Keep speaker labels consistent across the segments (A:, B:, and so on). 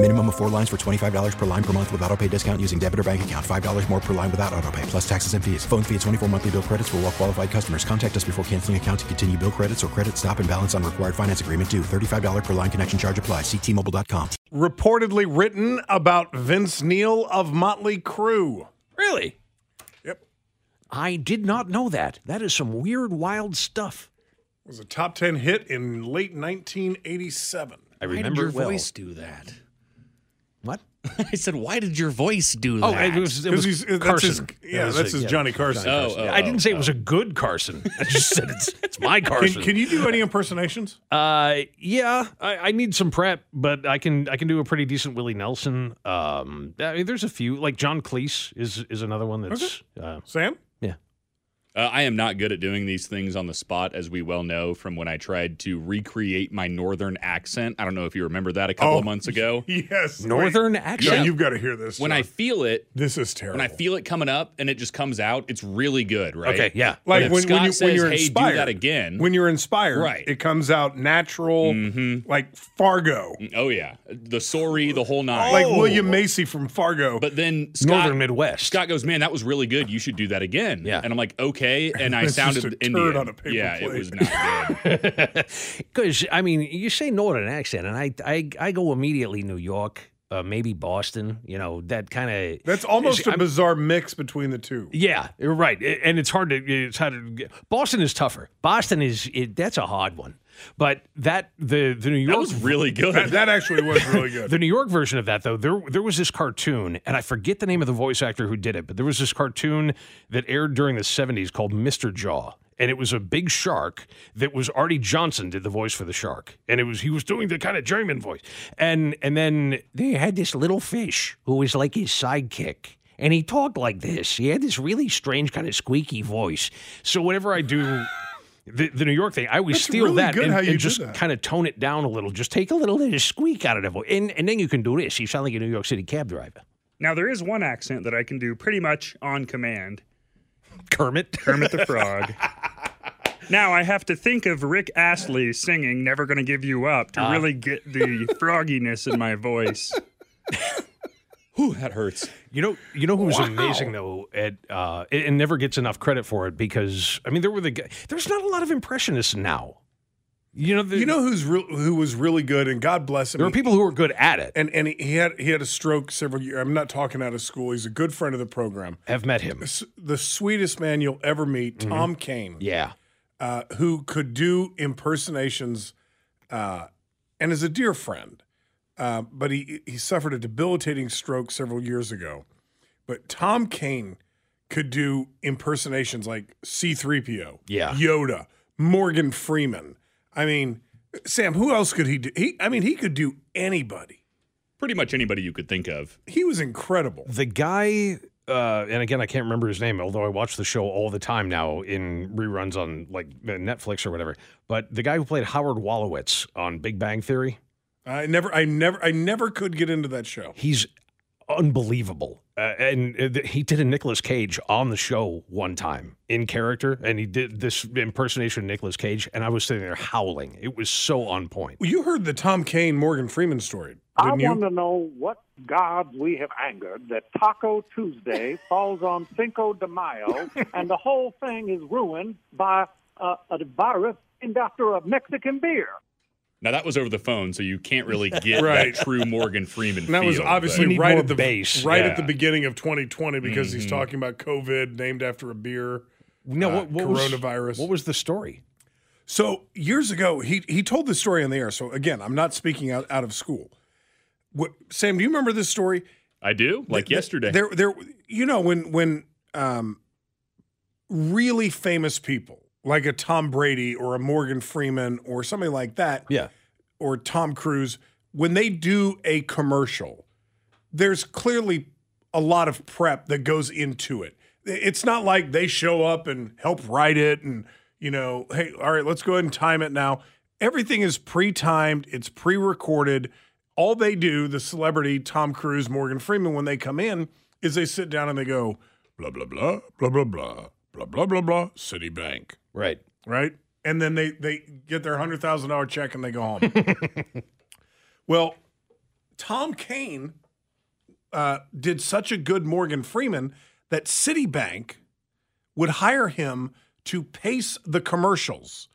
A: Minimum of four lines for $25 per line per month with auto pay discount using debit or bank account. $5 more per line without auto pay, plus taxes and fees. Phone fee at 24 monthly bill credits for all well qualified customers. Contact us before canceling account to continue bill credits or credit stop and balance on required finance agreement due. $35 per line connection charge applies. Ctmobile.com.
B: Reportedly written about Vince Neil of Motley Crue.
C: Really?
B: Yep.
C: I did not know that. That is some weird, wild stuff.
B: It was a top 10 hit in late 1987.
C: I
D: Why did
C: remember
D: your
C: it well.
D: voice do that?
C: What?
D: I said, why did your voice do that?
C: Oh, it was, it
B: 'Cause
C: was
B: he's- uh, that's his-
C: Carson.
B: yeah,
C: That was
B: that's
C: a-
B: his Johnny Carson.
D: Oh, oh,
C: I didn't say it was a good Carson. I just said it's, it's my
B: Can,
C: Carson.
B: can you do any impersonations?
C: Uh, yeah, I, I need some prep, but I can I can do a pretty decent Willie Nelson. Um, I mean, there's a few like John Cleese is is another one that's uh,
B: Sam?
C: yeah.
D: Uh, I am not good at doing these things on the spot, as we well know from when I tried to recreate my northern accent. I don't know if you remember that a couple
B: Oh.
D: of months ago.
B: Yes. Wait.
C: Northern
B: No,
C: accent.
B: you've got to hear this.
D: When I
B: John.
D: feel it,
B: this is terrible.
D: when I feel it coming up and it just comes out, it's really good, right?
C: Okay, yeah.
D: But
B: like
D: if
B: when,
D: Scott
B: when you
D: says,
B: when you're
D: "Hey,
B: inspired,
D: do that again."
B: When you're inspired,
D: Right. Mm-hmm.
B: It comes out natural, like Fargo,
D: oh yeah, the sorry, the whole nine.
C: Oh.
B: like William Macy from Fargo.
D: Mm-hmm. But then Scott,
C: Northern Midwest.
D: Scott goes, man, that was really good. You should do that again.
C: Yeah.
D: And I'm like, okay. And I
B: It's just
D: sounded
B: a turd
D: Indian.
B: on a paper
D: yeah,
B: plate.
D: it was not good.
C: Because I mean, you say northern accent, and I I, I go immediately New York, uh, maybe Boston. You know that kind of.
B: That's almost a bizarre mix between the two.
C: Yeah, you're right. I- And it's hard to it's hard to get- Boston is tougher. Boston is it, that's a hard one. But that the the New York
D: That was really good.
B: That, that actually was really good.
C: The New York version of that, though, there there was this cartoon, and I forget the name of the voice actor who did it, but there was this cartoon that aired during the '70s called Mr. Jaw, and it was a big shark that was Artie Johnson did the voice for the shark, and it was he was doing the kind of German voice, and and then they had this little fish who was like his sidekick. And he talked like this. He had this really strange kind of squeaky voice. So whenever I do the, the New York thing, I always
B: That's
C: steal
B: really
C: that
B: good
C: and,
B: how
C: and
B: you did
C: just
B: that.
C: kind of tone it down a little. Just take a little bit of squeak out of the voice. And, and then you can do this. You sound like a New York City cab driver.
E: Now there is one accent that I can do pretty much on command.
C: Kermit.
E: Kermit the Frog. now I have to think of Rick Astley singing "Never Gonna Give You Up"
D: Ah.
E: to really get the frogginess in my voice.
D: Whew, that hurts.
C: You know, you know who's amazing though, at uh, and and never gets enough credit for it because I mean there were the g- there's not a lot of impressionists now. You know, the,
B: you know who's real who was really good, and God bless him.
C: there are people who are good at it.
B: and and he had he had a stroke several years. I'm not talking out of school. He's a good friend of the program.
C: Have met him.
B: S- The sweetest man you'll ever meet,
C: Mm-hmm.
B: Tom Kane,
C: Yeah.
B: uh, who could do impersonations, uh, and is a dear friend. Uh, but he he suffered a debilitating stroke several years ago. But Tom Kane could do impersonations like C3PO,
C: Yeah.
B: Yoda, Morgan Freeman. I mean, Sam, who else could he do? He, I mean, he could do anybody.
D: Pretty much anybody you could think of.
B: He was incredible.
C: the guy uh, and again i can't remember his name although i watch the show all the time now in reruns on like netflix or whatever but the guy who played howard wallowitz on big bang theory
B: I never, I never, I never could get into that show.
C: he's unbelievable uh, and uh, th- he did a Nicolas cage on the show one time in character and he did this impersonation of Nicolas cage and i was sitting there howling it was so on point
B: Well, you heard the Tom Kane Morgan Freeman story,
F: I
B: didn't you?
F: want to know what gods we have angered that Taco Tuesday falls on Cinco de Mayo, and the whole thing is ruined by uh, a virus named after a Mexican beer.
D: Now that was over the phone, so you can't really get
B: Right.
D: that true Morgan Freeman.
B: and that was
D: feel,
C: You
B: obviously
C: need
B: right
C: more
B: at the
C: bass,
B: right
D: yeah. Mm-hmm.
B: at the beginning of 2020 because he's talking about COVID, named after a beer.
C: no
B: Uh,
C: what, what was-
B: coronavirus.
C: what was the story
B: So years ago, he he told the story on the air. So again, I'm not speaking out, out of school. What, Sam, do you remember this story?
D: I do. Like
B: Th-
D: yesterday.
B: There, there. You know when when um, really famous people like a Tom Brady or a Morgan Freeman or somebody like that.
G: Yeah.
B: Or Tom Cruise when they do a commercial, there's clearly a lot of prep that goes into it. It's not like they show up and help write it and you know, hey, all right, let's go ahead and time it now. Everything is pre-timed. It's pre-recorded all they do, the celebrity, Tom Cruise, Morgan Freeman, when they come in, is they sit down and they go, blah, blah, blah, blah, blah, blah, blah, blah, blah, blah, Citibank.
C: Right.
B: Right? And then they they get their hundred thousand dollar check and they go home. well, Tom Kane uh, did such a good Morgan Freeman that Citibank would hire him to pace the commercials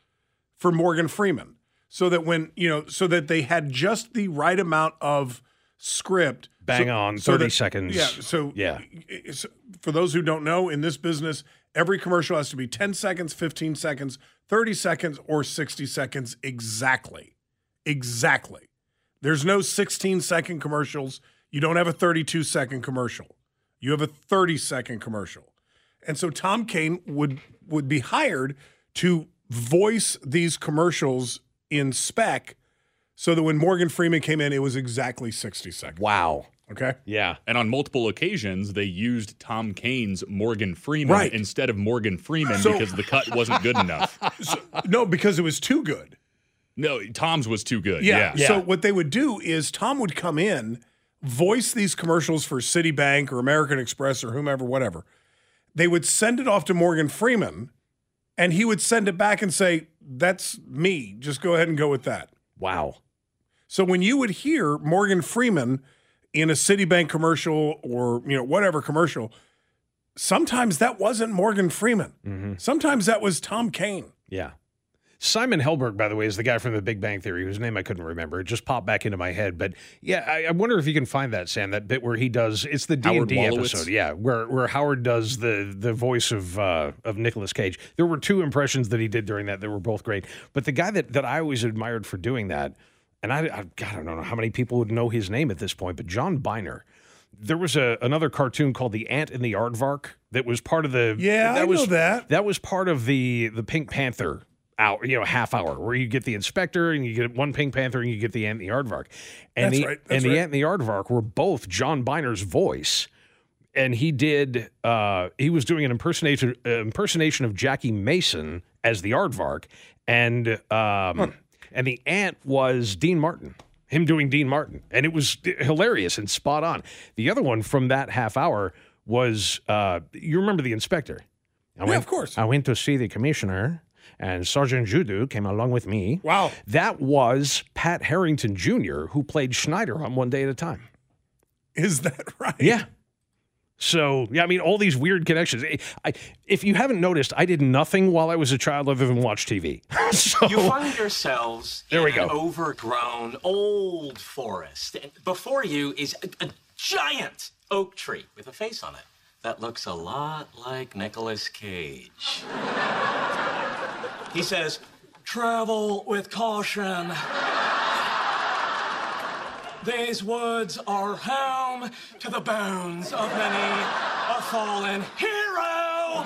B: for Morgan Freeman so that when, you know, so that they had just the right amount of script.
C: Bang
B: so-
C: on,
B: so
C: 30
B: that-
C: seconds.
B: Yeah. So,
C: Yeah.
B: it's- for those who don't know, in this business, every commercial has to be 10 seconds, 15 seconds, 30 seconds, or 60 seconds exactly. Exactly. There's no 16 second commercials. You don't have a 32 second commercial. You have a 30 second commercial. And so Tom Kane would would be hired to voice these commercials in spec so that when Morgan Freeman came in, it was exactly 60 seconds.
C: Wow.
B: Okay.
C: Yeah.
D: And on multiple occasions, they used Tom Kane's Morgan Freeman
B: Right.
D: instead of Morgan Freeman
B: So-
D: because the cut wasn't good enough.
B: No, because it was too good.
D: No, Tom's was too good.
B: Yeah.
D: Yeah.
B: So what they would do is Tom would come in, voice these commercials for Citibank or American Express or whomever, whatever. They would send it off to Morgan Freeman, and he would send it back and say, "That's me. Just go ahead and go with that."
C: Wow.
B: So when you would hear Morgan Freeman in a Citibank commercial or you know whatever commercial, sometimes that wasn't Morgan Freeman. Sometimes that was Tom Kane.
C: Yeah. Simon Helberg, by the way, is the guy from the Big Bang Theory, whose name I couldn't remember. It just popped back into my head. But yeah, I, I wonder if you can find that, Sam, that bit where he does it's the D and
D: Howard
C: D
D: Wolowitz?
C: episode. Yeah, where where Howard does the the voice of uh of Nicolas Cage. There were two impressions that he did during that that were both great. But the guy that that I always admired for doing that, and I, I God, I don't know how many people would know his name at this point, but John Biner. There was a another cartoon called The Ant and the Aardvark that was part of the
B: Yeah, I know
C: was
B: that.
C: that was part of the the Pink Panther hour, you know, half hour where you get the inspector and you get one Pink Panther and you get the Ant and the Aardvark. And
B: That's
C: the
B: right, that's
C: and the
B: right.
C: Ant and the Aardvark were both John Biner's voice. And he did. Uh, he was doing an impersonation uh, impersonation of Jackie Mason as the Aardvark, and um, and the ant was Dean Martin. Him doing Dean Martin, and it was hilarious and spot on. The other one from that half hour was uh, you remember the inspector? I
B: Yeah, of course.
C: I went to see the commissioner, and Sergeant Judu came along with me.
B: Wow.
C: That was Pat Harrington Jr., who played Schneider on One Day at a Time.
B: Is that right?
C: Yeah. So, yeah, I mean, all these weird connections. I- I, if you haven't noticed, I did nothing while I was a child other than watch TV. so,
H: You
D: Oh.
H: find yourselves
C: There we
H: in an
C: go.
H: overgrown old forest. And before you is a, a giant oak tree with a face on it that looks a lot like Nicolas Cage. he says, Travel with caution. These woods are home to the bones of many a fallen hero.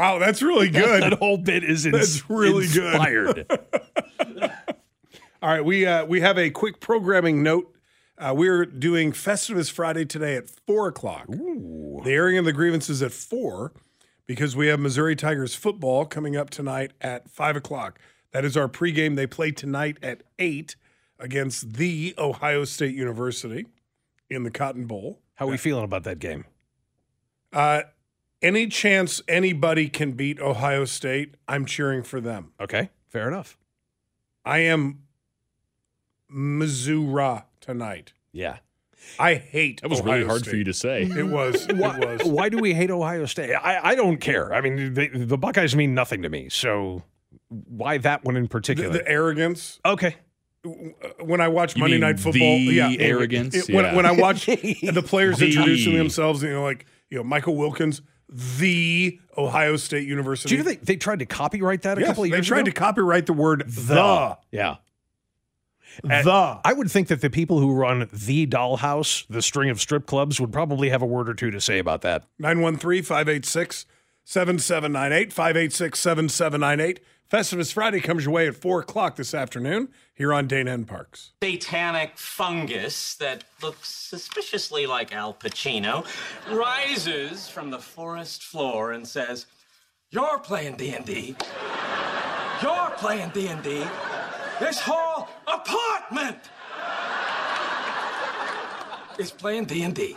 B: Wow, that's really good.
C: that whole bit is ins-
B: That's really good.
C: inspired.
B: All right, we uh, we have a quick programming note. Uh, we're doing Festivus Friday today at four o'clock. The airing of the grievances at four, because we have Missouri Tigers football coming up tonight at five o'clock. That is our pregame. They play tonight at eight against the Ohio State University in the Cotton Bowl.
C: How are we feeling about that game?
B: Uh, any chance anybody can beat Ohio State, I'm cheering for them.
C: Okay, fair enough.
B: I am Missouri tonight.
C: Yeah.
B: I hate.
D: That was
B: Ohio
D: really hard
B: State.
D: for you to say.
B: It was. It was.
C: Why do we hate Ohio State? I, I don't care. I mean, the, the Buckeyes mean nothing to me. So why that one in
B: The,
C: particular?
B: the arrogance.
C: okay.
B: When I watch
D: You
B: Monday
D: mean
B: Night
D: the
B: Football, yeah,
D: arrogance?
B: It- when,
D: Yeah.
B: when I watch the players
D: The-
B: introducing themselves, you know, like you know, Michael Wilkins, the Ohio State University.
C: Do you know they, they tried to copyright that a
B: Yes,
C: couple of years
B: they tried
C: ago?
B: to copyright the word the.
C: Yeah. And
I: The.
C: Uh, I would think that the people who run the dollhouse, the string of strip clubs, would probably have a word or two to say about that.
B: 913 586 7798 586 7798. Festivus Friday comes your way at 4 o'clock this afternoon here on Dana and Parks.
D: satanic fungus that looks suspiciously like Al Pacino rises from the forest floor and says, "You're playing D&D. You're playing D&D. This whole apartment is playing D&D."